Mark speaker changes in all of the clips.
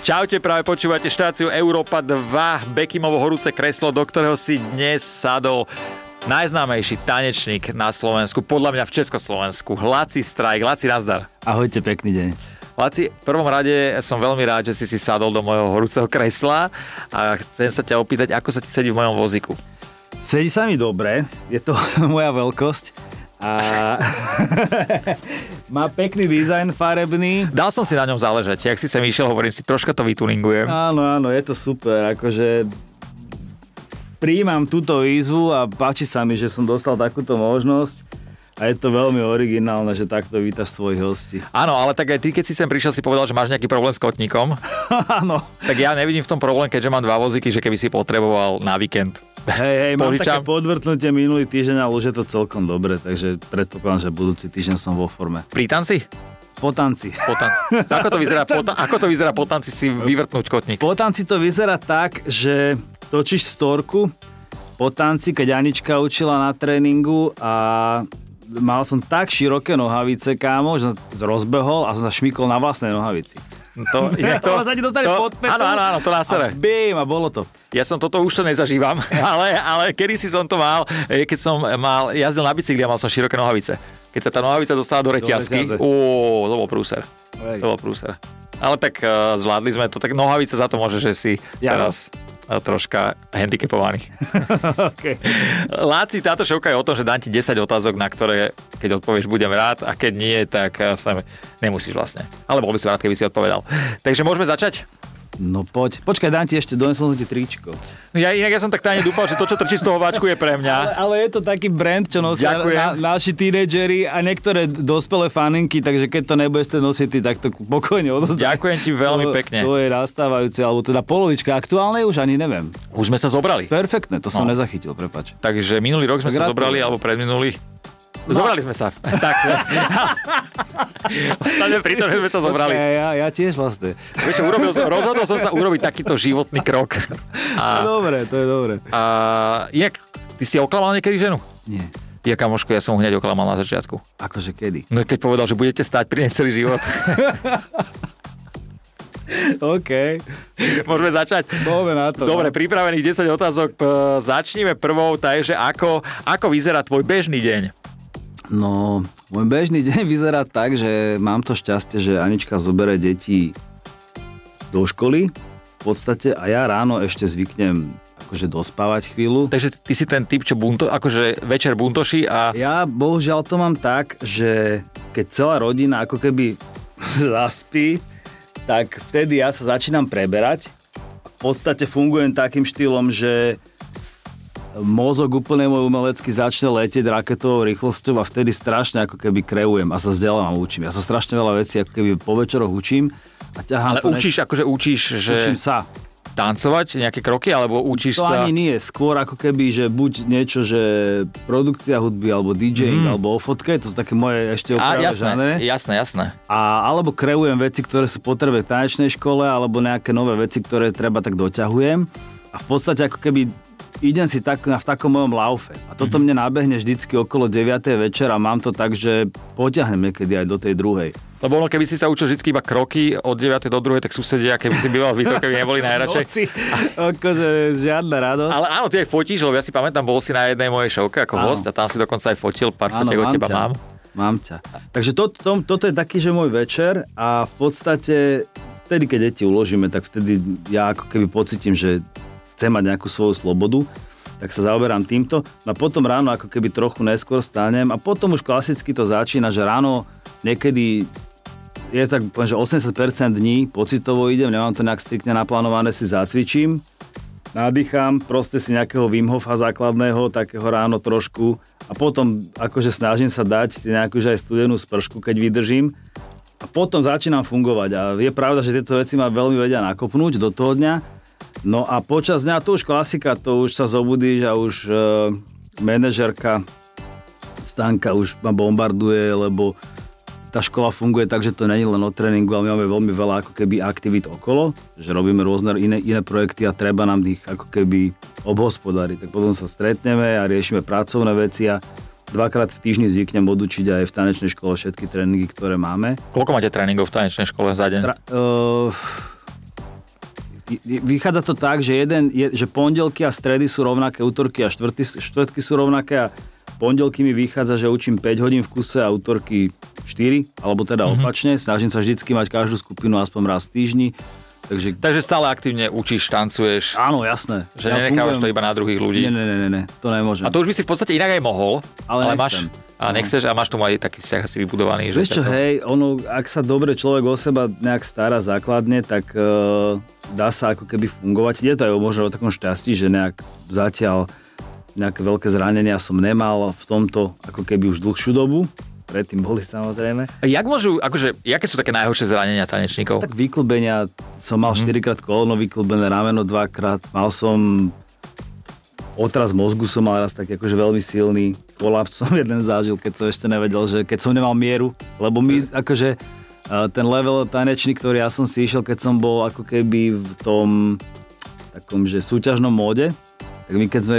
Speaker 1: Čaute, práve počúvate štáciu Európa 2, Bekimovo horúce kreslo, do ktorého si dnes sadol najznámejší tanečník na Slovensku, podľa mňa v Československu, Laci Strajk. Laci, nazdar.
Speaker 2: Ahojte, pekný deň.
Speaker 1: Laci, v prvom rade som veľmi rád, že si si sadol do mojho horúceho kresla a chcem sa ťa opýtať, ako sa ti sedí v mojom voziku.
Speaker 2: Sedí sa mi dobre, je to moja veľkosť. A má pekný dizajn farebný.
Speaker 1: Dal som si na ňom záležať, ak si sem išiel, hovorím si, troška to vytuningujem.
Speaker 2: Áno, áno, je to super, akože prijímam túto výzvu a páči sa mi, že som dostal takúto možnosť. A je to veľmi originálne, že takto vítaš svojich hostí.
Speaker 1: Áno, ale tak aj ty, keď si sem prišiel, si povedal, že máš nejaký problém s kotníkom.
Speaker 2: Áno.
Speaker 1: Tak ja nevidím v tom problém, keďže mám dva voziky, že keby si potreboval na víkend.
Speaker 2: Hej, hej, mám
Speaker 1: Požičam.
Speaker 2: také podvrtnutie minulý týždeň, ale už je to celkom dobre, takže predpokladám, že budúci týždeň som vo forme.
Speaker 1: Pri tanci?
Speaker 2: Po tanci.
Speaker 1: Po tanci. Ako to vyzerá, po, ta- ako to vyzerá po tanci si vyvrtnúť kotník?
Speaker 2: Po tanci to vyzerá tak, že točíš storku po tanci, keď Anička učila na tréningu a mal som tak široké nohavice, kámo, že som rozbehol a som sa šmykol na vlastnej nohavici.
Speaker 1: To, inak
Speaker 2: Ona sa ti dostane pod petu.
Speaker 1: Áno, áno, áno, to na
Speaker 2: A
Speaker 1: sere.
Speaker 2: bim, a bolo to.
Speaker 1: Ja som toto už to nezažívam, ale, ale kedy si som to mal, e, keď som mal, jazdil na bicykli a mal som široké nohavice. Keď sa tá nohavica dostala do reťazky,
Speaker 2: reťaze.
Speaker 1: ó, to bol prúser.
Speaker 2: Hej.
Speaker 1: To bol prúser. Ale tak e, zvládli sme to, tak nohavice za to môže, že si
Speaker 2: Ja.
Speaker 1: teraz e, troška handicapovaný.
Speaker 2: okay.
Speaker 1: Láci, táto šovka je o tom, že dám ti 10 otázok, na ktoré keď odpovieš, budem rád a keď nie, tak eh, sa nemusíš vlastne. Ale bol by som rád, keby si odpovedal. Takže môžeme začať?
Speaker 2: No poď. Počkaj, dám ti ešte, donesol som ti tričko.
Speaker 1: Ja inak ja som tak tajne dúfal, že to, čo trčí z toho váčku, je pre
Speaker 2: Ale,
Speaker 1: mňa.
Speaker 2: ale je to taký brand, čo nosia
Speaker 1: Ďakujem.
Speaker 2: na, naši tínedžeri a niektoré dospelé faninky, takže keď to nebudeš ten nosiť ty, tak to pokojne odozdaj.
Speaker 1: Ďakujem ti veľmi
Speaker 2: Svo-
Speaker 1: pekne.
Speaker 2: Svoje nastávajúce, alebo teda polovička aktuálnej už ani neviem.
Speaker 1: Už sme sa zobrali.
Speaker 2: Perfektné, to som
Speaker 1: No.
Speaker 2: no. nezachytil, prepač.
Speaker 1: Takže minulý rok sme sa
Speaker 2: Gratulujem. No.
Speaker 1: zobrali, alebo predminulý. Zobrali sme sa. Tak. Ostane pri tom, že sme sa zobrali.
Speaker 2: Počkaj, ja, ja tiež vlastne.
Speaker 1: Vieš, čo, urobil som, rozhodol som sa urobiť takýto životný krok. A,
Speaker 2: A... Dobre, to je dobre.
Speaker 1: a jak, ty si oklamal niekedy ženu?
Speaker 2: Nie,
Speaker 1: Ja kamošku, ja som ho hneď oklamal na začiatku.
Speaker 2: akože kedy?
Speaker 1: No keď povedal, že budete stať pri nej celý život.
Speaker 2: OK,
Speaker 1: Môžeme začať.
Speaker 2: poďme na to.
Speaker 1: Dobre, pripravených 10 otázok. P- Začnime prvou, takže ako, ako vyzerá tvoj bežný deň?
Speaker 2: No, môj bežný deň vyzerá tak, že mám to šťastie, že Anička zobere deti do školy v podstate a ja ráno ešte zvyknem akože dospávať chvíľu.
Speaker 1: Takže ty si ten typ, čo bunto, akože večer buntoší a
Speaker 2: Ja bohužiaľ to mám tak, že keď celá rodina ako keby zaspí, tak vtedy ja sa začínam preberať. V podstate fungujem takým štýlom, že mozog úplne môj umelecky začne letieť raketovou rýchlosťou a vtedy strašne ako keby kreujem a sa vzdelávam a učím. Ja sa strašne veľa vecí ako keby po večeroch učím a ťahám
Speaker 1: ale
Speaker 2: to
Speaker 1: učíš, akože učíš, že
Speaker 2: Ne- učím sa.
Speaker 1: tancovať nejaké kroky, alebo učíš
Speaker 2: To
Speaker 1: sa...
Speaker 2: ani nie, skôr ako keby, že buď niečo, že produkcia hudby, alebo DJing, alebo o fotke, to sú také moje
Speaker 1: Mhm. A
Speaker 2: ešte opravé
Speaker 1: jasné,
Speaker 2: žánre.
Speaker 1: jasné, jasné.
Speaker 2: A, alebo kreujem veci, ktoré sú potrebné v tanečnej škole, alebo nejaké nové veci, ktoré treba, tak doťahujem. A v podstate ako keby idem si tak, na, v takom mojom laufe. A
Speaker 1: Mhm.
Speaker 2: toto mne nábehne vždycky okolo 9. večera. Mám to tak, že potiahnem niekedy aj do tej druhej.
Speaker 1: Lebo ono, keby si sa učil vždy iba kroky od 9. do 2. tak susedia, keby si býval v Vysoke, by neboli najradšej.
Speaker 2: Noci, akože žiadna radosť.
Speaker 1: Ale áno, ty aj fotíš, lebo ja si pamätám, bol si na jednej mojej šovke ako
Speaker 2: Áno.
Speaker 1: host a tam si dokonca aj fotil, pár
Speaker 2: Áno,
Speaker 1: fotiek od
Speaker 2: mám
Speaker 1: teba
Speaker 2: ťa.
Speaker 1: mám.
Speaker 2: Mám ťa. Takže to, to, toto je taký, že môj večer a v podstate vtedy, keď deti uložíme, tak vtedy ja ako keby pocitím, že chcem mať nejakú svoju slobodu, tak sa zaoberám týmto. No a potom ráno ako keby trochu neskôr stanem a potom už klasicky to začína, že ráno niekedy je tak, poviem, že 80% dní pocitovo idem, nemám to nejak striktne naplánované, si zacvičím, nadýcham, proste si nejakého Wim Hofa základného, takého ráno trošku a potom akože snažím sa dať si nejakú že aj studenú spršku, keď vydržím a potom začínam fungovať a je pravda, že tieto veci ma veľmi vedia nakopnúť do toho dňa. No a počas dňa, to už klasika, to už sa zobudíš a už e, manažerka Stanka už ma bombarduje, lebo tá škola funguje tak, že to není len o tréningu, ale my máme veľmi veľa ako keby aktivít okolo, že robíme rôzne iné, iné projekty a treba nám ich ako keby obhospodariť. Tak potom sa stretneme a riešime pracovné veci a dvakrát v týždni zvyknem odučiť aj v tanečnej škole všetky tréningy, ktoré máme. e,
Speaker 1: Koľko máte tréningov v tanečnej škole za deň?
Speaker 2: Tra- uh, vychádza to tak, že, jeden, je, že pondelky a stredy sú rovnaké, útorky a štvrty, štvrtky sú rovnaké a pondelky mi vychádza, že učím 5 hodín v kuse a útorky 4, alebo teda
Speaker 1: Mhm.
Speaker 2: mm-hmm. opačne. Snažím sa vždycky mať každú skupinu aspoň raz v týždni. Takže,
Speaker 1: Takže stále aktívne učíš, tancuješ,
Speaker 2: áno, jasné.
Speaker 1: že ja nenechávaš to
Speaker 2: fungujem-
Speaker 1: iba na druhých ľudí.
Speaker 2: Nie, nie, nie, nie, nie, to nemôžem.
Speaker 1: A to už by si v podstate inak aj mohol,
Speaker 2: Ale
Speaker 1: ale, máš,
Speaker 2: nechcem. No.
Speaker 1: a nechceš a máš tomu aj taký vzťah asi vybudovaný.
Speaker 2: Vieš čo,
Speaker 1: ťa to-
Speaker 2: hej, ono, ak sa dobre človek o seba nejak stará základne, tak e, dá sa ako keby fungovať. Je to aj možno o takom šťastí, že nejak zatiaľ nejaké veľké zranenia som nemal v tomto ako keby už dlhšiu dobu. Predtým boli samozrejme.
Speaker 1: A Jak môžu, akože, jaké sú také najhoršie zranenia tanečníkov?
Speaker 2: Tak vyklbenia, som mal 4 krát kolno vyklbené, rameno dvakrát, mal som otraz mozgu som mal raz taký akože veľmi silný, kolaps som jeden zažil, keď som ešte nevedel, že keď som nemal mieru, lebo my akože eh, ten level tanečný, ktorý ja som si išiel, keď som bol ako keby v tom takom, že súťažnom móde, tak my keď sme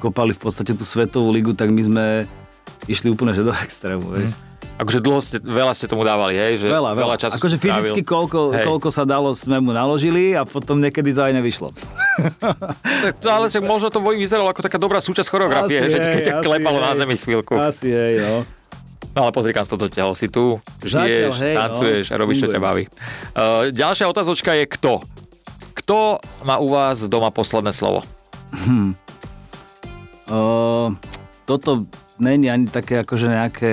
Speaker 2: kopali v podstate tú svetovú ligu, tak my sme išli úplne že do extrému, vieš.
Speaker 1: Akože dlho ste, veľa ste tomu dávali, hej? Že
Speaker 2: Veľa, veľa.
Speaker 1: veľa času
Speaker 2: akože
Speaker 1: si strávil.
Speaker 2: fyzicky koľko,
Speaker 1: Hej.
Speaker 2: koľko sa dalo, sme mu naložili a potom niekedy to aj nevyšlo.
Speaker 1: Tak, to- ale tak možno to boj vyzeralo ako taká dobrá súčasť choreografie, že
Speaker 2: Asi hej,
Speaker 1: keď ťa
Speaker 2: asi
Speaker 1: klepalo
Speaker 2: hej.
Speaker 1: na zemi chvíľku.
Speaker 2: Asi hej, no.
Speaker 1: No ale pozri, kam si to dotiahol. Si tu,
Speaker 2: Zatiaľ,
Speaker 1: žiješ,
Speaker 2: hej, no.
Speaker 1: tancuješ a robíš, čo ťa
Speaker 2: Funguje.
Speaker 1: baví. Uh, ďalšia otázočka je kto? Kto má u vás doma posledné slovo?
Speaker 2: Uh, toto není ani také akože nejaké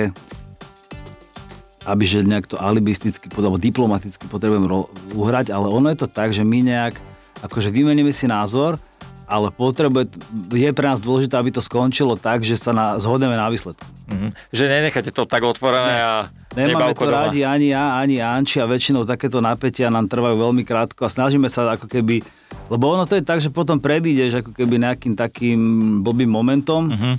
Speaker 2: aby že nejak to alibisticky pod- alebo diplomaticky potrebujem ro- uhrať, ale ono je to tak, že my nejak akože vymeníme si názor, ale potrebuje, je pre nás dôležité, aby to skončilo tak, že sa na, zhodneme na výsledku.
Speaker 1: Mhm. Že nenecháte to tak otvorené a
Speaker 2: Nemáme
Speaker 1: nebavko
Speaker 2: to
Speaker 1: doma.
Speaker 2: radi ani ja, ani Anči a väčšinou takéto napätia nám trvajú veľmi krátko a snažíme sa ako keby, lebo ono to je tak, že potom predídeš ako keby nejakým takým blbým momentom
Speaker 1: Mhm.
Speaker 2: uh-huh.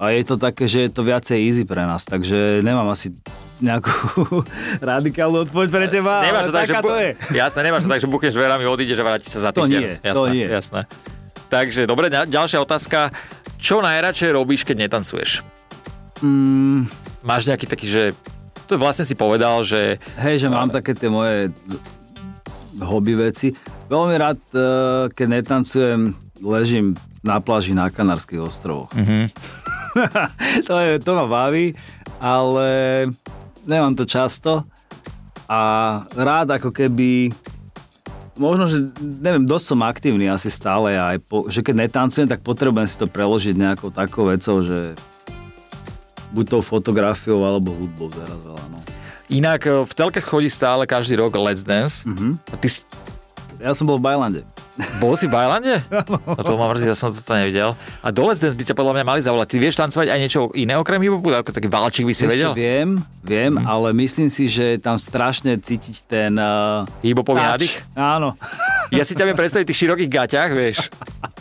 Speaker 2: a je to také, že je to viacej easy pre nás, takže nemám asi nejakú radikálnu odpoveď pre teba,
Speaker 1: Nemáš
Speaker 2: ale
Speaker 1: to tak, že
Speaker 2: taká
Speaker 1: bu-
Speaker 2: to je.
Speaker 1: Jasné, nemáš to tak, že bukneš dverami, odídeš a vrátiš sa za
Speaker 2: To
Speaker 1: týždeň.
Speaker 2: nie,
Speaker 1: jasné,
Speaker 2: to nie.
Speaker 1: Jasné. Takže, dobre, ďa- ďalšia otázka. Čo najradšej robíš, keď netancuješ?
Speaker 2: Mm,
Speaker 1: Máš nejaký taký, že... To vlastne si povedal, že...
Speaker 2: Hej, že mám také tie moje hobby veci. Veľmi rád, e, keď netancujem, ležím na pláži na Kanárskych ostrovoch. Mm-hmm. to, je, to ma baví, ale nemám to často a rád ako keby možno, že neviem, dosť som aktívny asi stále a aj po, že keď netancujem, tak potrebujem si to preložiť nejakou takou vecou, že buď tou fotografiou alebo hudbou teraz veľa, no.
Speaker 1: Inak e, v telke chodí stále každý rok Let's Dance.
Speaker 2: Mhm.
Speaker 1: Mm-hmm. A ty s-
Speaker 2: Ja som bol v Bajlande.
Speaker 1: bol si v Bajlande? No to ma mrzí, ja som toto nevidel. A do Let's Dance by ťa podľa mňa mali zavolať. Ty vieš tancovať aj niečo iné okrem hip-hopu? Ako taký valčík by si
Speaker 2: Vieš
Speaker 1: vedel?
Speaker 2: čo, viem, viem, mm. ale myslím si, že je tam strašne cítiť ten... Uh,
Speaker 1: Hip-hopový nádych?
Speaker 2: Áno.
Speaker 1: Ja si ťa viem predstaviť v tých širokých gaťach, vieš.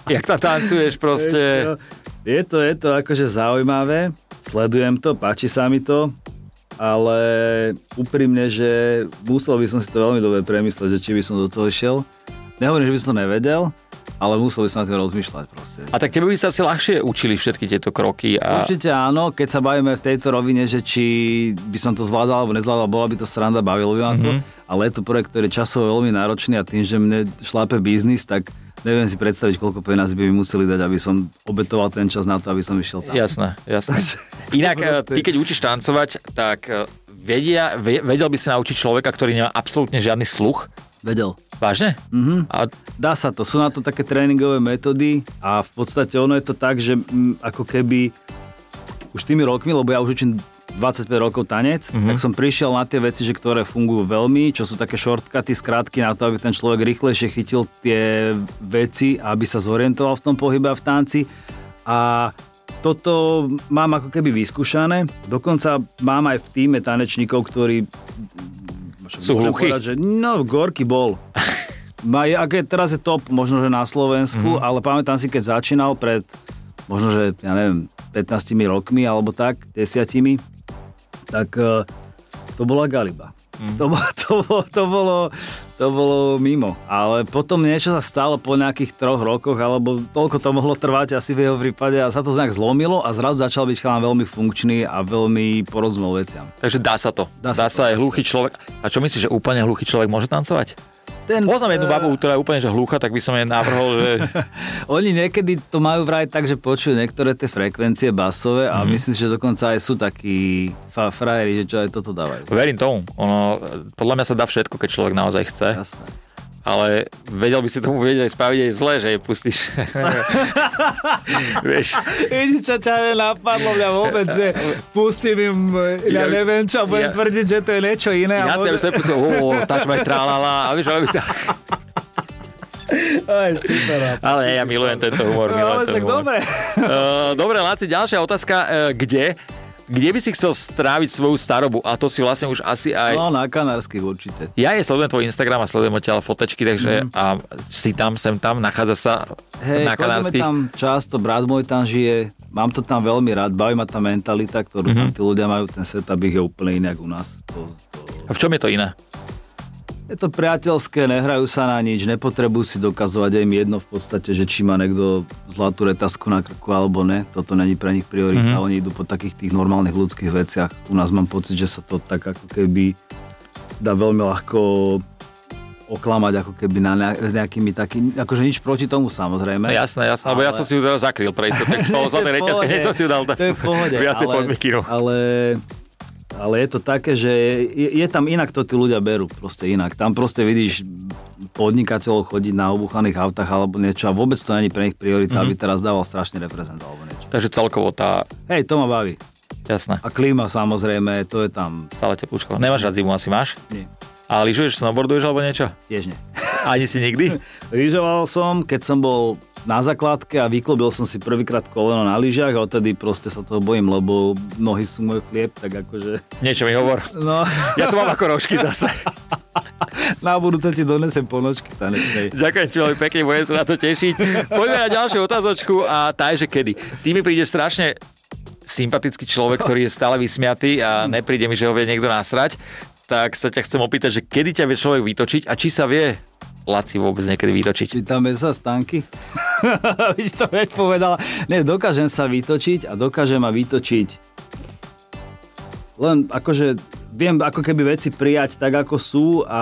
Speaker 1: Jak tam tancuješ proste.
Speaker 2: Vieš čo, Je to, je to akože zaujímavé, sledujem to, páči sa mi to, ale úprimne, že musel by som si to veľmi dobre premyslieť, že či by som do toho išiel. Nehovorím, že by som to nevedel, ale musel by som na tým rozmýšľať proste.
Speaker 1: A tak tebe by sa asi ľahšie učili všetky tieto kroky. A...
Speaker 2: Určite áno, keď sa bavíme v tejto rovine, že či by som to zvládal alebo nezvládal, bola by to sranda, bavilo by ma to, mm-hmm. ale je to projekt, ktorý je časovo veľmi náročný a tým, že mne šlápe biznis, tak neviem si predstaviť, koľko peniazí by mi museli dať, aby som obetoval ten čas na to, aby som išiel tam.
Speaker 1: Jasné, jasné. Inak, e, ty keď učíš tancovať, tak e, vedia, ve- vedel by si naučiť človeka, ktorý nemá absolútne žiadny sluch?
Speaker 2: Vedel.
Speaker 1: Vážne? Mm-hmm.
Speaker 2: Mhm.
Speaker 1: A
Speaker 2: Dá sa to, sú na to také tréningové metódy a v podstate ono je to tak, že mm, ako keby už tými rokmi, lebo ja už učím 25 rokov tanec,
Speaker 1: Mhm.
Speaker 2: mm-hmm. tak som prišiel na tie veci, že ktoré fungujú veľmi, čo sú také shortcuty, skrátky na to, aby ten človek rýchlejšie chytil tie veci, aby sa zorientoval v tom pohybe a v tanci. A toto mám ako keby vyskúšané. Dokonca mám aj v týme tanečníkov, ktorí...
Speaker 1: Sú
Speaker 2: môžem
Speaker 1: hluchí.
Speaker 2: povedať, že no, Gorky bol. Ma je, aké teraz je top, možno že na Slovensku,
Speaker 1: Mhm.
Speaker 2: mm-hmm. ale pamätám si, keď začínal pred možno že, ja neviem, 15 rokmi alebo tak, 10, tak eh, to bola galiba.
Speaker 1: Mhm.
Speaker 2: Mm. To, bo- to, bo- to, bolo, to bolo mimo. Ale potom niečo sa stalo po nejakých troch rokoch, alebo toľko to mohlo trvať asi v jeho prípade a sa to nejak zlomilo a zrazu začal byť chalán veľmi funkčný a veľmi porozumel veciam.
Speaker 1: Takže dá sa to. Dá, dá sa, to, aj
Speaker 2: jasne.
Speaker 1: hluchý človek. A čo myslíš, že úplne hluchý človek môže tancovať?
Speaker 3: ten...
Speaker 1: Poznám
Speaker 2: e,
Speaker 1: jednu babu, ktorá je úplne že hlucha, tak by som jej navrhol, že...
Speaker 2: Oni niekedy to majú vraj tak, že počujú niektoré tie frekvencie
Speaker 1: Mhm.
Speaker 2: basové a mm-hmm. myslím si, že dokonca aj sú takí fa- frajeri, že čo aj toto dávajú.
Speaker 1: Verím tomu. Ono, podľa mňa sa dá všetko, keď človek naozaj chce.
Speaker 2: Jasné.
Speaker 1: ale vedel by si tomu vedieť aj spraviť aj zle, že jej pustíš. Vieš,
Speaker 2: Vidíš, čo ťa nenapadlo mňa vôbec, že pustím im, eh,
Speaker 1: Ja
Speaker 2: ja, ja
Speaker 1: by-
Speaker 2: neviem čo, a
Speaker 1: ja-
Speaker 2: budem tvrdiť, že to je niečo iné. a
Speaker 1: jasne, aby som jej pustil, o, touch my tralala, a vieš, ale by tak.
Speaker 2: Aj, super.
Speaker 1: Ale ja milujem tento humor,
Speaker 2: No,
Speaker 1: milujem
Speaker 2: ale
Speaker 1: ten
Speaker 2: však
Speaker 1: humor.
Speaker 2: dobre.
Speaker 1: Eh, dobre, Laci, ďalšia otázka, eh, kde? Kde by si chcel stráviť svoju starobu? A to si vlastne už asi aj
Speaker 2: No, na Kanárskych určite.
Speaker 1: Ja je sledujem tvoj Instagram a sledujem odtiaľ fotečky, takže mm. a si tam, sem tam, nachádza sa
Speaker 2: Mhm. Hej,
Speaker 1: na
Speaker 2: chodíme
Speaker 1: Kanárskych.
Speaker 2: tam často, brat môj tam žije, mám to tam veľmi rád, baví ma tá mentalita, ktorú mm-hmm. tam tí ľudia majú, ten svet, ich je úplne inak u nás. To, to...
Speaker 1: A v čom je to iné?
Speaker 2: Je to priateľské, nehrajú sa na nič, nepotrebujú si dokazovať, je im jedno v podstate, že či má niekto zlatú retasku na krku alebo ne, toto není pre nich priorita, mm-hmm. oni idú po takých tých normálnych ľudských veciach. U nás mám pocit, že sa to tak ako keby dá veľmi ľahko oklamať ako keby na ne- nejakými takými, akože nič proti tomu
Speaker 1: No
Speaker 2: samozrejme.
Speaker 1: jasné, jasné, lebo ja
Speaker 2: Ale-
Speaker 1: som si ju teraz zakryl pre istotu, tak spolu
Speaker 2: To je
Speaker 1: zlaté
Speaker 2: v
Speaker 1: reťazky,
Speaker 2: pohode.
Speaker 1: hneď som si ju dal.
Speaker 2: To je v pohode.
Speaker 1: Viacej
Speaker 2: ale-
Speaker 1: podmikinov.
Speaker 2: Ale, ale je to také, že je, je tam inak to tí ľudia berú, proste inak. Tam proste vidíš podnikateľov chodiť na obuchaných autách alebo niečo a vôbec to není pre nich priorita,
Speaker 1: Mhm.
Speaker 2: mm-hmm. aby teraz dával strašný reprezent alebo niečo.
Speaker 1: Takže celkovo tá,
Speaker 2: Hej, to ma baví.
Speaker 1: jasné,
Speaker 2: A klíma samozrejme, to je tam,
Speaker 1: stále teplúčko. Nemáš rád zimu, asi máš?
Speaker 2: nie,
Speaker 1: A lyžuješ, snowboarduješ alebo niečo?
Speaker 2: tiež nie.
Speaker 1: Ani si nikdy?
Speaker 2: Lyžoval som, keď som bol na základke a vyklobil som si prvýkrát koleno na lyžiach a odtedy proste sa toho bojím, lebo nohy sú môj chlieb, tak akože...
Speaker 1: Niečo mi hovor.
Speaker 2: No.
Speaker 1: Ja tu mám ako rožky zase.
Speaker 2: Na budúce ti donesem ponožky tanečnej.
Speaker 1: Ďakujem ti veľmi pekne, budem sa na to tešiť. Poďme na ďalšiu otázočku a tá je, že kedy. Ty mi prídeš strašne sympatický človek, ktorý je stále vysmiatý a nepríde mi, že ho vie niekto nasrať, tak sa ťa chcem opýtať, že kedy ťa vie človek vytočiť a či sa vie Laci vôbec niekedy vytočiť.
Speaker 2: Čítame sa stanky. Víš to veď povedala. Nie, dokážem sa vytočiť a dokážem ma vytočiť. Len akože viem ako keby veci prijať tak, ako sú a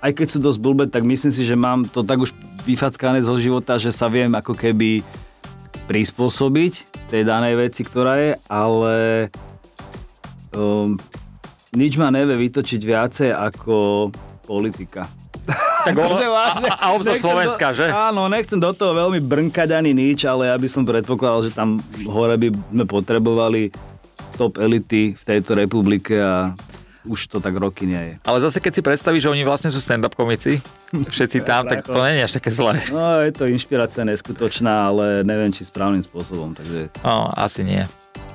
Speaker 2: aj keď sú dosť blbé, tak myslím si, že mám to tak už vyfackané zo života, že sa viem ako keby prispôsobiť tej danej veci, ktorá je, ale um, nič ma nevie vytočiť viacej ako politika.
Speaker 1: Tak ono,
Speaker 2: Akože vážne.
Speaker 1: a, a obzor
Speaker 2: Nechcem
Speaker 1: Slovenska,
Speaker 2: do,
Speaker 1: že?
Speaker 2: Áno, nechcem do toho veľmi brnkať ani nič, ale ja by som predpokladal, že tam hore by sme potrebovali top elity v tejto republike a už to tak roky nie je.
Speaker 1: Ale zase keď si predstavíš, že oni vlastne sú stand-up komici, všetci tam, tak to nie je až také zlé.
Speaker 2: No, je to inšpirácia neskutočná, ale neviem, či správnym spôsobom, takže...
Speaker 1: No, asi nie.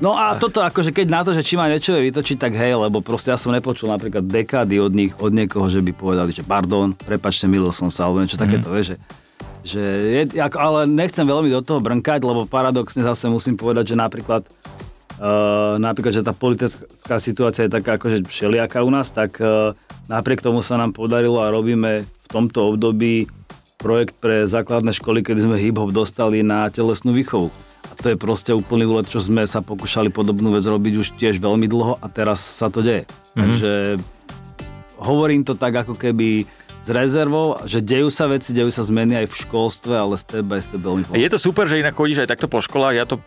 Speaker 2: No a toto akože keď na to, že či ma niečo vie vytočiť, tak hej, lebo proste ja som nepočul napríklad dekády od nich, od niekoho, že by povedali, že pardon, prepačte, milil som sa, alebo niečo takéto, mm. vieš, že, že je, ako, ale nechcem veľmi do toho brnkať, lebo paradoxne zase musím povedať, že napríklad Uh, napríklad, že tá politická situácia je taká akože všelijaká u nás, tak uh, napriek tomu sa nám podarilo a robíme v tomto období projekt pre základné školy, kedy sme hip-hop dostali na telesnú výchovu. A to je proste úplný úlet, čo sme sa pokúšali podobnú vec robiť už tiež veľmi dlho a teraz sa to deje. Mm-hmm. Takže hovorím to tak ako keby s rezervou, že dejú sa veci, dejú sa zmeny aj v školstve, ale step by step veľmi pomaly.
Speaker 1: Je to super, že inak chodíš aj takto po školách, ja to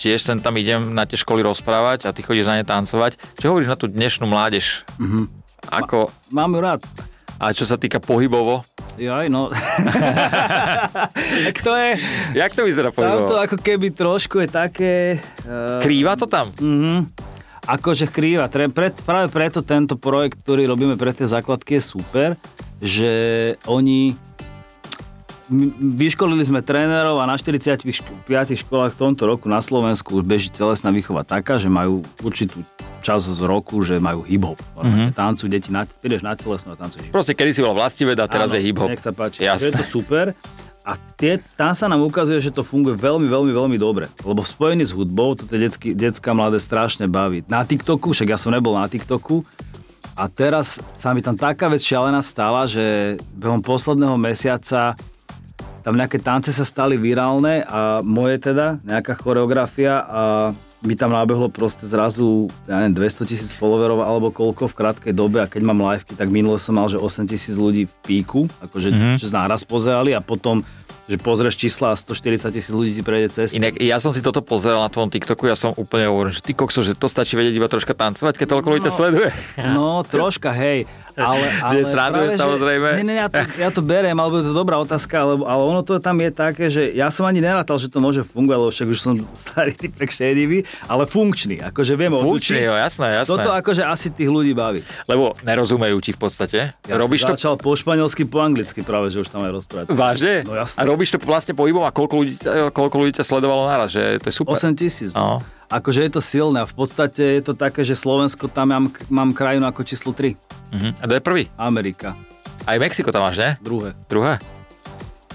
Speaker 1: tiež sem tam idem na tie školy rozprávať a ty chodíš na ne tancovať. Čo hovoríš na tú dnešnú mládež? Mm-hmm.
Speaker 2: Mhm.
Speaker 1: Ako,
Speaker 2: Mám ju rád.
Speaker 1: a čo sa týka pohybovo?
Speaker 2: Jaj, no. tak to je,
Speaker 1: Jak to vyzerá
Speaker 2: tam to
Speaker 1: pohybovo?
Speaker 2: ako keby trošku je také... eh,
Speaker 1: Krýva to tam?
Speaker 2: Mm-hmm. Akože krýva. Tre, pre, práve preto tento projekt, ktorý robíme pre tie základky je super, že oni my- vyškolili sme trénerov a na 45 školách v tomto roku na Slovensku už beží telesná výchova taká, že majú určitú čas z roku, že majú hip-hop. Mm-hmm. Tancujú deti, na, prídeš na telesnú a tancuješ hip-hop.
Speaker 1: Proste, kedy si bol vlastived a teda teraz
Speaker 2: Áno,
Speaker 1: je hip-hop.
Speaker 2: Nech sa páči. Jasne. Je
Speaker 1: Jasné.
Speaker 2: to super. A tie, tam sa nám ukazuje, že to funguje veľmi, veľmi, veľmi dobre. Lebo spojený s hudbou, to tie detsky, detská mladé strašne baví. Na TikToku, však ja som nebol na TikToku, a teraz sa mi tam taká vec šialená stala, že behom posledného mesiaca tam nejaké tance sa stali virálne a moje teda, nejaká choreografia a
Speaker 4: mi tam nábehlo proste zrazu, ja neviem, 200 tisíc followerov alebo koľko v krátkej dobe a keď mám liveky, tak minule som mal, že 8 tisíc ľudí v píku, akože mm-hmm. že náraz pozerali a potom že pozrieš čísla a 140 tisíc ľudí ti prejde cez.
Speaker 1: Inak ja som si toto pozeral na tvojom TikToku, ja som úplne hovoril, že ty kokso, že to stačí vedieť iba troška tancovať, keď toľko ľudí to sleduje.
Speaker 2: No, troška, hej. Ale,
Speaker 1: Kde
Speaker 2: ale
Speaker 1: sranduje,
Speaker 2: práve, že-
Speaker 1: samozrejme.
Speaker 2: Nie, nie, ja to, ja to beriem, alebo je to dobrá otázka, ale, ale ono to tam je také, že ja som ani nerátal, že to môže fungovať, lebo však už som starý typek šedivý, ale funkčný, akože viem
Speaker 1: Funkčne,
Speaker 2: odučiť.
Speaker 1: jo, jasné, jasné.
Speaker 2: Toto akože asi tých ľudí baví.
Speaker 1: Lebo nerozumejú ti v podstate.
Speaker 2: Ja
Speaker 1: robíš to
Speaker 2: som začal po španielsky, po anglicky práve, že už tam aj rozprávať.
Speaker 1: vážne?
Speaker 2: No jasné.
Speaker 1: A robíš to vlastne pohybom a koľko ľudí, e, koľko ľudí ťa sledovalo naraz, že to je super.
Speaker 2: 8 tisíc.
Speaker 1: No.
Speaker 2: Akože je to silné a v podstate je to také, že Slovensko tam mám, mám krajinu ako číslo 3.
Speaker 1: Mhm. A to je prvý.
Speaker 2: Amerika,
Speaker 1: Aj Mexiko tam máš, ne?
Speaker 2: druhé.
Speaker 1: Druhé.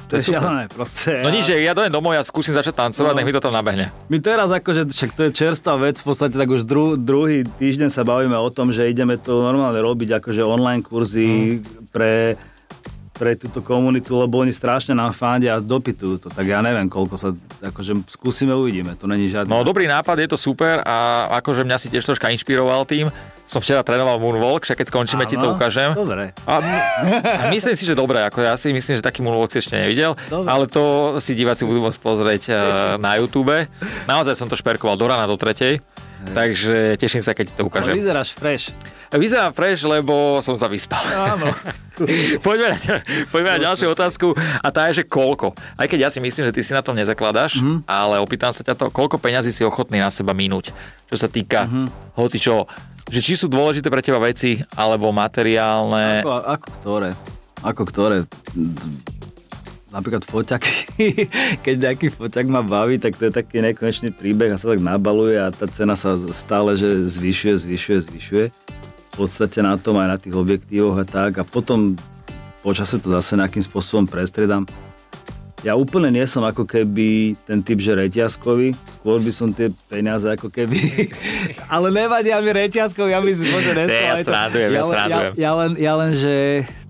Speaker 2: To je
Speaker 1: super.
Speaker 2: šialené proste.
Speaker 1: No nič, že ja dojem domov, ja skúsim začať tancovať,
Speaker 2: No.
Speaker 1: nech mi to tam nabehne.
Speaker 2: My teraz akože, však to je čerstvá vec, v podstate tak už dru, druhý týždeň sa bavíme o tom, že ideme to normálne robiť, akože online kurzy
Speaker 1: Mm.
Speaker 2: pre, pre túto komunitu, lebo oni strašne nám fándia a dopytujú to, tak ja neviem, koľko sa, akože skúsime, uvidíme, to není žiadne.
Speaker 1: No dobrý nápad, je to super a akože mňa si tiež troška inšpiroval tým. Som včera trénoval Moonwalk, však keď skončíme, ti to
Speaker 2: Áno,
Speaker 1: ukážem.
Speaker 2: Dobre.
Speaker 1: A, a myslím si, že dobre, ako ja si myslím, že taký moonwalk si ešte nevidel,
Speaker 2: Dobre.
Speaker 1: ale to si diváci budú môcť pozrieť eh, na YouTube. Naozaj som to šperkoval do rána, do tretej. Takže teším sa, keď ti to
Speaker 2: No,
Speaker 1: ukážem.
Speaker 2: vyzeráš fresh.
Speaker 1: Vyzerám fresh, lebo som sa vyspal.
Speaker 2: Áno.
Speaker 1: poďme na, poďme na ďalšiu otázku a tá je, že koľko. Aj keď ja si myslím, že ty si na tom nezakladáš,
Speaker 2: Mhm.
Speaker 1: mm-hmm. ale opýtam sa ťa to, koľko peňazí si ochotný na seba minúť, čo sa týka
Speaker 2: Mhm.
Speaker 1: mm-hmm. hocičoho. Že či sú dôležité pre teba veci, alebo materiálne.
Speaker 2: Ako, ako ktoré? Ako ktoré? Napríklad foťaky. Keď nejaký foťak ma baví, tak to je taký nekonečný príbeh a sa tak nabaluje a tá cena sa stále že zvyšuje, zvyšuje, zvyšuje. V podstate na tom aj na tých objektívoch a tak. A potom počase to zase nejakým spôsobom prestriedam. Ja úplne nie som ako keby ten typ, že reťazkový. Skôr by som tie peniaze ako keby... Ale nevadia mi reťazkov, ja by si možno
Speaker 1: ja
Speaker 2: neskôr.
Speaker 1: srandujem, ja srandujem.
Speaker 2: ja, len, ja len, že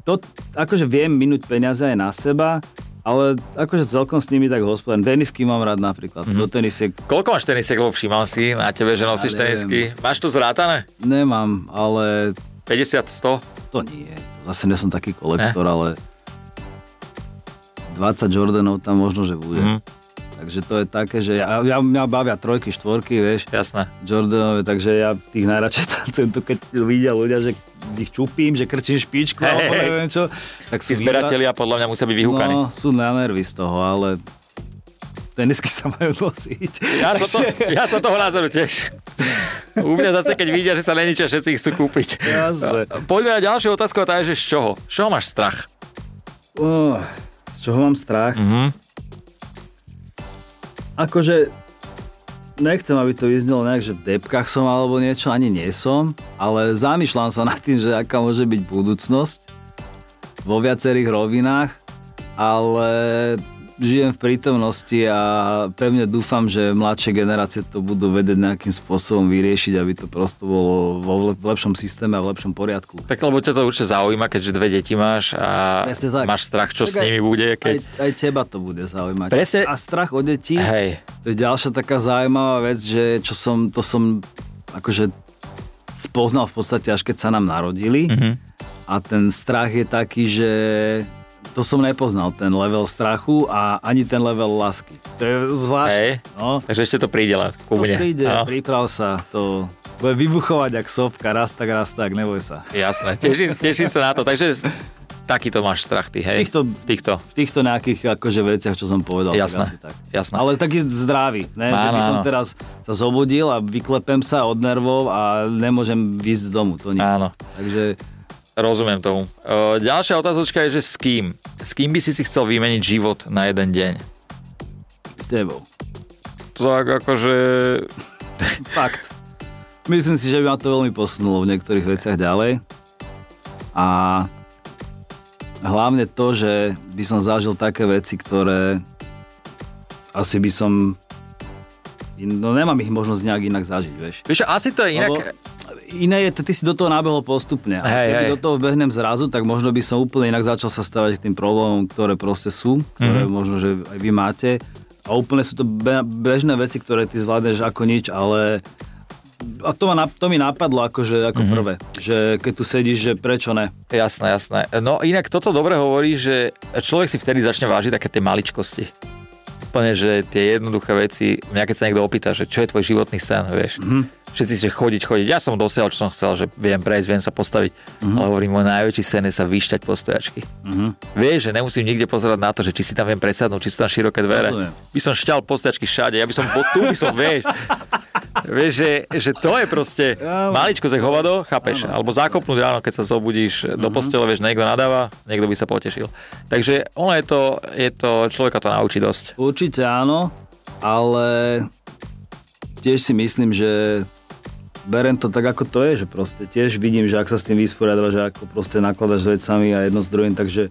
Speaker 2: to, akože viem minúť peniaze aj na seba, ale akože celkom s nimi tak hospodárim. Tenisky mám rád napríklad.
Speaker 1: Mhm.
Speaker 2: Mm-hmm. Do tenisiek
Speaker 1: Koľko máš tenisiek, lebo všímam si na tebe, že nosíš
Speaker 2: Ja neviem.
Speaker 1: tenisky. Máš to zrátané?
Speaker 2: nemám, ale
Speaker 1: 50, 100?
Speaker 2: to nie. To Zase nie som taký kolektor, ale 20 Jordanov tam možno, že bude.
Speaker 1: Mhm.
Speaker 2: Mm-hmm. Takže to je také, že ja, ja, mňa bavia trojky, štvorky, vieš.
Speaker 1: Jasné.
Speaker 2: Jordanové, takže ja tých najradšej tancujem to, keď vidia ľudia, že ich čupím, že krčím špičku,
Speaker 1: Hej,
Speaker 2: alebo
Speaker 1: hej.
Speaker 2: neviem čo. Tak
Speaker 1: Tí
Speaker 2: sú vyhra-
Speaker 1: zberatelia podľa mňa musia byť vyhúkaní.
Speaker 2: No, sú na nervy z toho, ale tenisky sa majú nosiť.
Speaker 1: Ja som, to, ja som toho názoru tiež. U mňa zase, keď vidia, že sa neničia, všetci ich chcú kúpiť. No,
Speaker 2: Jasné.
Speaker 1: Poďme na ďalšiu otázku a tá je, že z čoho? Z čoho máš strach?
Speaker 4: Oh,
Speaker 2: uh,
Speaker 4: z čoho mám strach?
Speaker 1: Mhm.
Speaker 4: Akože
Speaker 2: Nechcem, aby to vyznelo nejak, že v depkách som alebo niečo, ani nie som, ale zamýšľam sa nad tým, že aká môže byť budúcnosť vo viacerých rovinách, ale žijem v prítomnosti a pevne dúfam, že mladšie generácie to budú vedieť nejakým spôsobom vyriešiť, aby to prosto bolo vo lep- v lepšom systéme a v lepšom poriadku.
Speaker 1: Tak lebo ťa to určite zaujíma, keďže dve deti máš a
Speaker 2: Presne tak.
Speaker 1: máš strach, čo s
Speaker 2: Tak aj-
Speaker 1: nimi bude. Keď...
Speaker 2: Aj, aj teba to bude zaujímať.
Speaker 1: Presne-
Speaker 2: A strach o deti,
Speaker 1: Hej,
Speaker 2: to je ďalšia taká zaujímavá vec, že čo som, to som akože spoznal v podstate až keď sa nám narodili
Speaker 1: Mhm.
Speaker 2: mm-hmm. a ten strach je taký, že to som nepoznal, ten level strachu a ani ten level lásky. To je zvláštne.
Speaker 1: hej.
Speaker 2: No,
Speaker 1: Takže ešte to príde No, len ku
Speaker 2: to
Speaker 1: mne.
Speaker 2: príde,
Speaker 1: Áno.
Speaker 2: priprav sa, to bude vybuchovať jak sopka, raz tak, raz tak, neboj sa.
Speaker 1: Jasné, teším, teším sa na to. Takže takýto máš strach ty, hej.
Speaker 2: Týchto-
Speaker 1: Týchto.
Speaker 2: V týchto nejakých akože veciach, čo som povedal,
Speaker 1: Jasné,
Speaker 2: tak asi tak.
Speaker 1: jasné.
Speaker 2: Ale taký zdravý, ne? že
Speaker 1: No. Áno,
Speaker 2: by som
Speaker 1: áno.
Speaker 2: teraz sa zobudil a vyklepem sa od nervov a nemôžem výjsť z domu, to nie.
Speaker 1: Áno.
Speaker 2: Takže
Speaker 1: Rozumiem tomu. E, Ďalšia otázočka je, že s kým? S kým by si si chcel vymeniť život na jeden deň?
Speaker 2: s tebou.
Speaker 1: To tak akože...
Speaker 2: Fakt. Myslím si, že by ma to veľmi posunulo v niektorých veciach ďalej. A hlavne to, že by som zažil také veci, ktoré asi by som... No nemám ich možnosť nejak inak zažiť, vieš.
Speaker 1: Vieš, čo, asi to je inak...
Speaker 2: Lebo iné je to, ty si do toho nábehol postupne. A
Speaker 1: Hej,
Speaker 2: hej,
Speaker 1: hej.
Speaker 2: do toho vbehnem zrazu, tak možno by
Speaker 1: Mhm.
Speaker 2: som úplne inak začal sa stavať k tým problémom, ktoré proste sú, ktoré mm-hmm. možno, že aj vy máte A úplne sú to be- bežné veci, ktoré ty zvládneš ako nič, ale a to, ma, nap- to mi napadlo akože,
Speaker 1: Mhm.
Speaker 2: ako mm-hmm. prvé, že keď tu sedíš, že prečo ne.
Speaker 1: Jasné, jasné. No inak toto dobre hovorí, že človek si vtedy začne vážiť také tie maličkosti. Úplne, že tie jednoduché veci, mňa keď sa niekto opýta, že čo je tvoj životný sen, vieš. Mm-hmm. Všetci, že chodiť, chodiť. Ja som dosiahol, čo som chcel, že viem prejsť, viem sa postaviť. Mm-hmm. Ale hovorím, môj najväčší sen je sa vyšťať po stojačky. Mm-hmm. Vieš, že nemusím nikde pozerať na to, že či si tam viem presadnúť, či sú tam široké dvere.
Speaker 2: Rozumiem.
Speaker 1: By som šťal postačky všade, ja by som bol tu, by som, vieš. Vieš, že, že to je proste maličko ze hovado, chápeš? Alebo zakopnúť ráno, keď sa zobudíš
Speaker 2: Mhm.
Speaker 1: do postele, vieš, niekto nadáva, niekto by sa potešil. Takže ono je to, je to, človeka to naučí dosť.
Speaker 2: Určite áno, ale tiež si myslím, že berem to tak, ako to je, že proste tiež vidím, že ak sa s tým vysporiadávaš, že ako proste nakladaš s vecami a jedno s druhým, takže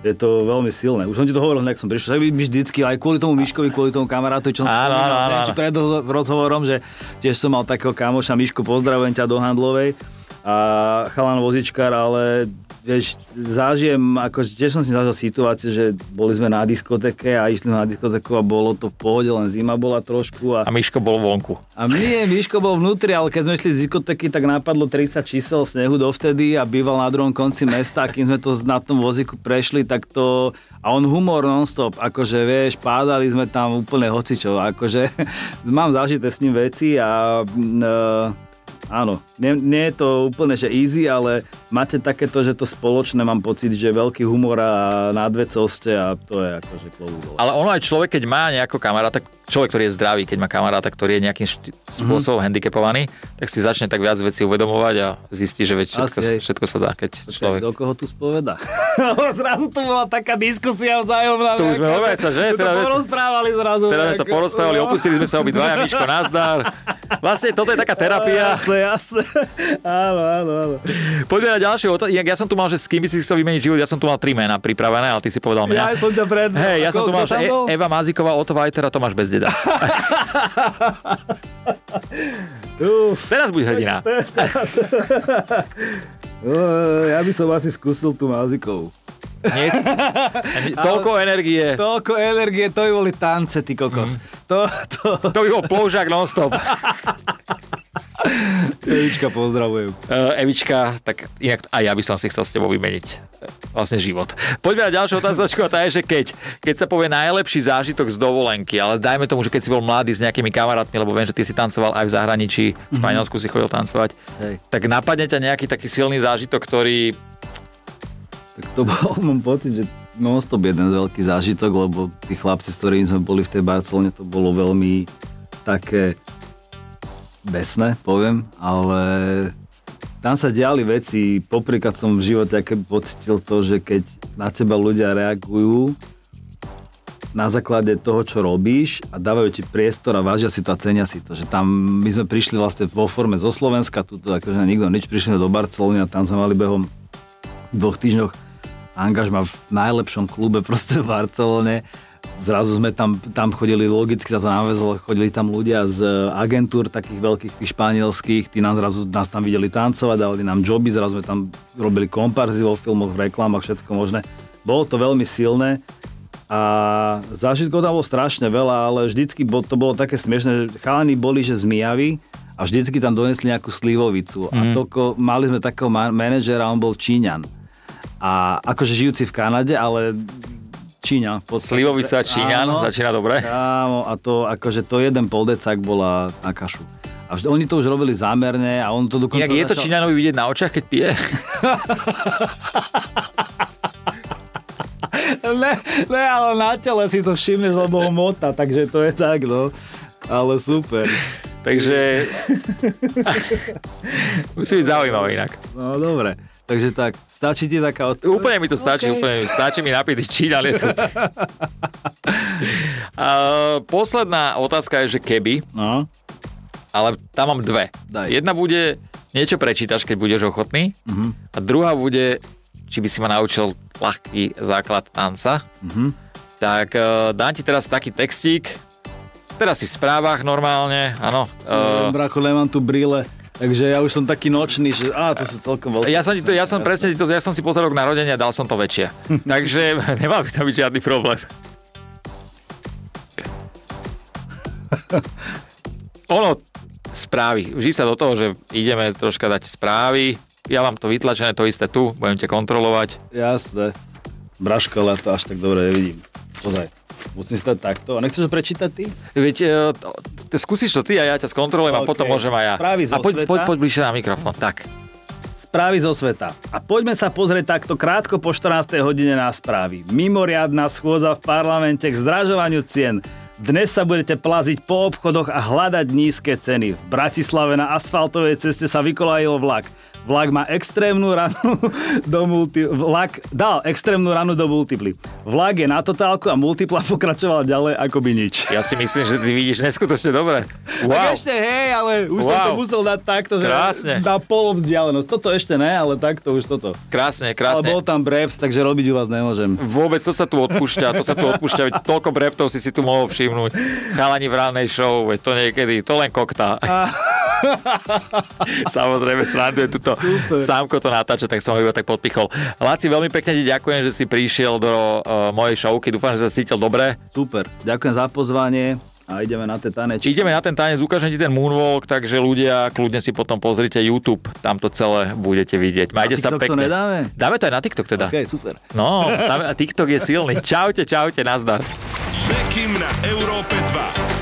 Speaker 2: je to veľmi silné. Už som ti to hovoril, nejak som prišiel, tak by- by vždycky, aj kvôli tomu Miškovi, kvôli tomu kamarátovi, čo som
Speaker 1: Áno,
Speaker 2: spomínal,
Speaker 1: áno, áno,
Speaker 2: neviem,
Speaker 1: áno.
Speaker 2: či pred rozho- rozhovorom, že tiež som mal takého kamoša, Miško, pozdravujem ťa do Handlovej a chalan vozičkár, ale vieš, zažijem, ako tiež som si zažil situácie, že boli sme na diskoteke a išli na diskoteku a bolo to v pohode, len zima bola trošku a
Speaker 1: A Miško bol vonku.
Speaker 2: a nie, Miško bol vnútri, ale keď sme išli z diskotéky, tak napadlo 30 čísel snehu dovtedy a býval na druhom konci mesta a kým sme to na tom voziku prešli, tak to... A on humor non-stop, akože vieš, pádali sme tam úplne hocičov, akože mám zažité s ním veci a... mm, E, Áno, nie, nie je to úplne že easy, ale máte takéto, že to spoločné, mám pocit, že veľký humor a nadvecoste a to je akože klobúk dole.
Speaker 1: Ale ono aj človek, keď má nejakého kamaráta, človek, ktorý je zdravý, keď má kamaráta, ktorý je nejakým šti-
Speaker 2: Mhm.
Speaker 1: spôsobom handicapovaný, tak si začne tak viac veci uvedomovať a zistí, že veď všetko,
Speaker 2: Asi, hej.
Speaker 1: všetko sa dá, keď človek...
Speaker 2: Do koho tu spoveda? zrazu to bola taká diskusia vzájomná.
Speaker 1: To už sme
Speaker 2: nejaká,
Speaker 1: hovorili sa, že? Teraz
Speaker 2: To sa
Speaker 1: sme sa-
Speaker 2: porozprávali zrazu.
Speaker 1: Teraz sme sa
Speaker 2: nejako.
Speaker 1: porozprávali,
Speaker 2: No.
Speaker 1: opustili sme sa obidvaja, Miško, nazdar. Vlastne toto je taká terapia.
Speaker 2: Jasné, jasné. áno, áno, áno.
Speaker 1: Poďme na ďalšie otázky. Ja som tu mal, že s kým by si chcel vymeniť život, ja som tu mal tri mená pripravené, ale ty si povedal mňa.
Speaker 2: Ja som ťa pred...
Speaker 1: Hej, ja som
Speaker 2: Ko-
Speaker 1: tu mal, že
Speaker 2: kto tam
Speaker 1: E-
Speaker 2: bol?
Speaker 1: Eva Maziková, Otto Vajter a Tomáš Bezdeda.
Speaker 2: Uf,
Speaker 1: Teraz buď hrdina.
Speaker 2: e, ja by som asi skúsil tú mazikovú.
Speaker 1: Nie, toľko energie.
Speaker 5: Toľko energie, to by boli tance, ty kokos.
Speaker 1: Mhm.
Speaker 5: To, to...
Speaker 1: To by bol ploužák non-stop.
Speaker 5: Jevička, pozdravujem.
Speaker 1: Eh, Evička, tak inak a ja by som si chcel s tebou vymeniť eh, vlastne život. Poďme na ďalšiu otázočku a tá je, že keď, keď sa povie najlepší zážitok z dovolenky, ale dajme tomu, že keď si bol mladý s nejakými kamarátmi, lebo viem, že ty si tancoval aj v zahraničí, v Španielsku si chodil tancovať,
Speaker 2: Mhm. Hej.
Speaker 1: tak napadne ťa nejaký taký silný zážitok, ktorý...
Speaker 2: Tak to bol, mám pocit, že non-stop jeden veľký zážitok, lebo tí chlapci, s ktorými sme boli v tej Barcelone, to bolo veľmi také besné, poviem, ale tam sa diali veci, popríklad som v živote aké pocitil to, že keď na teba ľudia reagujú na základe toho, čo robíš a dávajú ti priestor a vážia si to a cenia si to. Že tam my sme prišli vlastne vo forme zo Slovenska, tu akože nikto nič, prišli sme do Barcelony a tam sme mali behom dvoch týždňoch angažma v najlepšom klube proste v Barcelone. Zrazu sme tam, tam chodili, logicky sa to navezalo, chodili tam ľudia z e, agentúr takých veľkých, tých španielských, tí nás zrazu nás tam videli tancovať, dali nám joby, zrazu sme tam robili komparzy vo filmoch, v reklamách, všetko možné. Bolo to veľmi silné a zážitkov tam bolo strašne veľa, ale vždycky bol, to bolo také smiešne, že chalani boli, že zmijaví a vždycky tam donesli nejakú slivovicu. Mm.
Speaker 1: Mhm.
Speaker 2: A toko, mali sme takého ma- manažera, on bol Číňan. A akože žijúci v Kanade, ale Číňan v podstate.
Speaker 1: Slivovica Číňan,
Speaker 2: Áno.
Speaker 1: začína dobre.
Speaker 2: Kámo, a to akože to jeden poldecak bola na kašu. A vždy, oni to už robili zámerne a on to dokonca...
Speaker 1: Inak je to Číňanovi vidieť na očiach, keď pije?
Speaker 2: Ne, ne, ale na tele si to všimneš, lebo ho mota, takže to je tak, no. Ale super.
Speaker 1: Takže... Musí byť zaujímavé inak.
Speaker 2: No dobre. Takže tak, stačí ti taká odpoveď?
Speaker 1: Úplne mi to stačí, okay.
Speaker 2: OK.
Speaker 1: úplne mi stačí mi napiť Čína lietu. A posledná otázka je, že keby,
Speaker 2: No,
Speaker 1: ale tam mám dve.
Speaker 2: Daj.
Speaker 1: Jedna bude, niečo prečítaš, keď budeš ochotný. Uh-huh. A
Speaker 2: Mhm.
Speaker 1: druhá bude, či by si ma naučil ľahký základ tanca.
Speaker 2: Mhm.
Speaker 1: Uh-huh. Tak uh, dám ti teraz taký textík. Teraz si v správach normálne, áno. Uh,
Speaker 2: uh... brácho, nemám tu bríle, takže ja už som taký nočný, že á, to sú celkom veľké.
Speaker 1: ja som, ti to, ja som presne ti to, ja som si pozerok narodenia dal som to väčšie. Takže nemal by tam byť žiadny problém. ono, správy. Vždy sa do toho, že ideme troška dať správy. Ja mám to vytlačené, to isté tu, budem ťa kontrolovať.
Speaker 2: Jasné. Braškala to až tak dobre nevidím. Pozaj. Musím si to takto. A nechceš to prečítať ty?
Speaker 1: Veď, e, to- to- skúsiš to ty a ja ťa skontrolujem a
Speaker 2: OK.
Speaker 1: potom môžem aj ja.
Speaker 2: Správy zo
Speaker 1: a poď,
Speaker 2: sveta.
Speaker 1: poď, poď bližšie na mikrofón. Tak.
Speaker 2: Správy zo sveta. A poďme sa pozrieť takto krátko po 14. hodine na správy. Mimoriadná schôza v parlamente k zdražovaniu cien. Dnes sa budete plaziť po obchodoch a hľadať nízke ceny. V Bratislave na asfaltovej ceste sa vykolajil vlak. Vlak má extrémnu ranu do multi... Vlak dal extrémnu ranu do multiply. Vlak je na totálku a multipla pokračoval ďalej ako by nič.
Speaker 1: Ja si myslím, že ty vidíš neskutočne dobre. Wow.
Speaker 2: Ešte hej, ale už som
Speaker 1: Wow.
Speaker 2: to musel dať takto, že
Speaker 1: Krásne.
Speaker 2: na pol vzdialenosť. Toto ešte ne, ale takto už toto.
Speaker 1: Krásne,
Speaker 2: Ale bol
Speaker 1: krásne.
Speaker 2: tam breps, takže robiť u vás nemôžem.
Speaker 1: Vôbec to sa tu odpúšťa, to sa tu odpúšťa, veď toľko breptov si si tu mohol všimnúť. Chalani v ránej show, veď to niekedy, to len koktá. Samozrejme, sranduje tuto. Sámko to natáča, tak som ho iba tak podpichol. Laci, veľmi pekne ti ďakujem, že si prišiel do uh, mojej showky, dúfam, že sa cítil dobre.
Speaker 2: Super, ďakujem za pozvanie a ideme na tie tanečky.
Speaker 1: Ideme na ten tanec, ukážem ti ten moonwalk, takže ľudia, kľudne si potom pozrite YouTube, tam to celé budete vidieť. Majte sa
Speaker 2: TikTok to
Speaker 1: pekne.
Speaker 2: nedáme?
Speaker 1: Dáme to aj na TikTok teda.
Speaker 2: OK, super.
Speaker 1: No, tam, TikTok je silný. Čaute, čaute, nazdar.
Speaker 6: Bekim na Európe 2.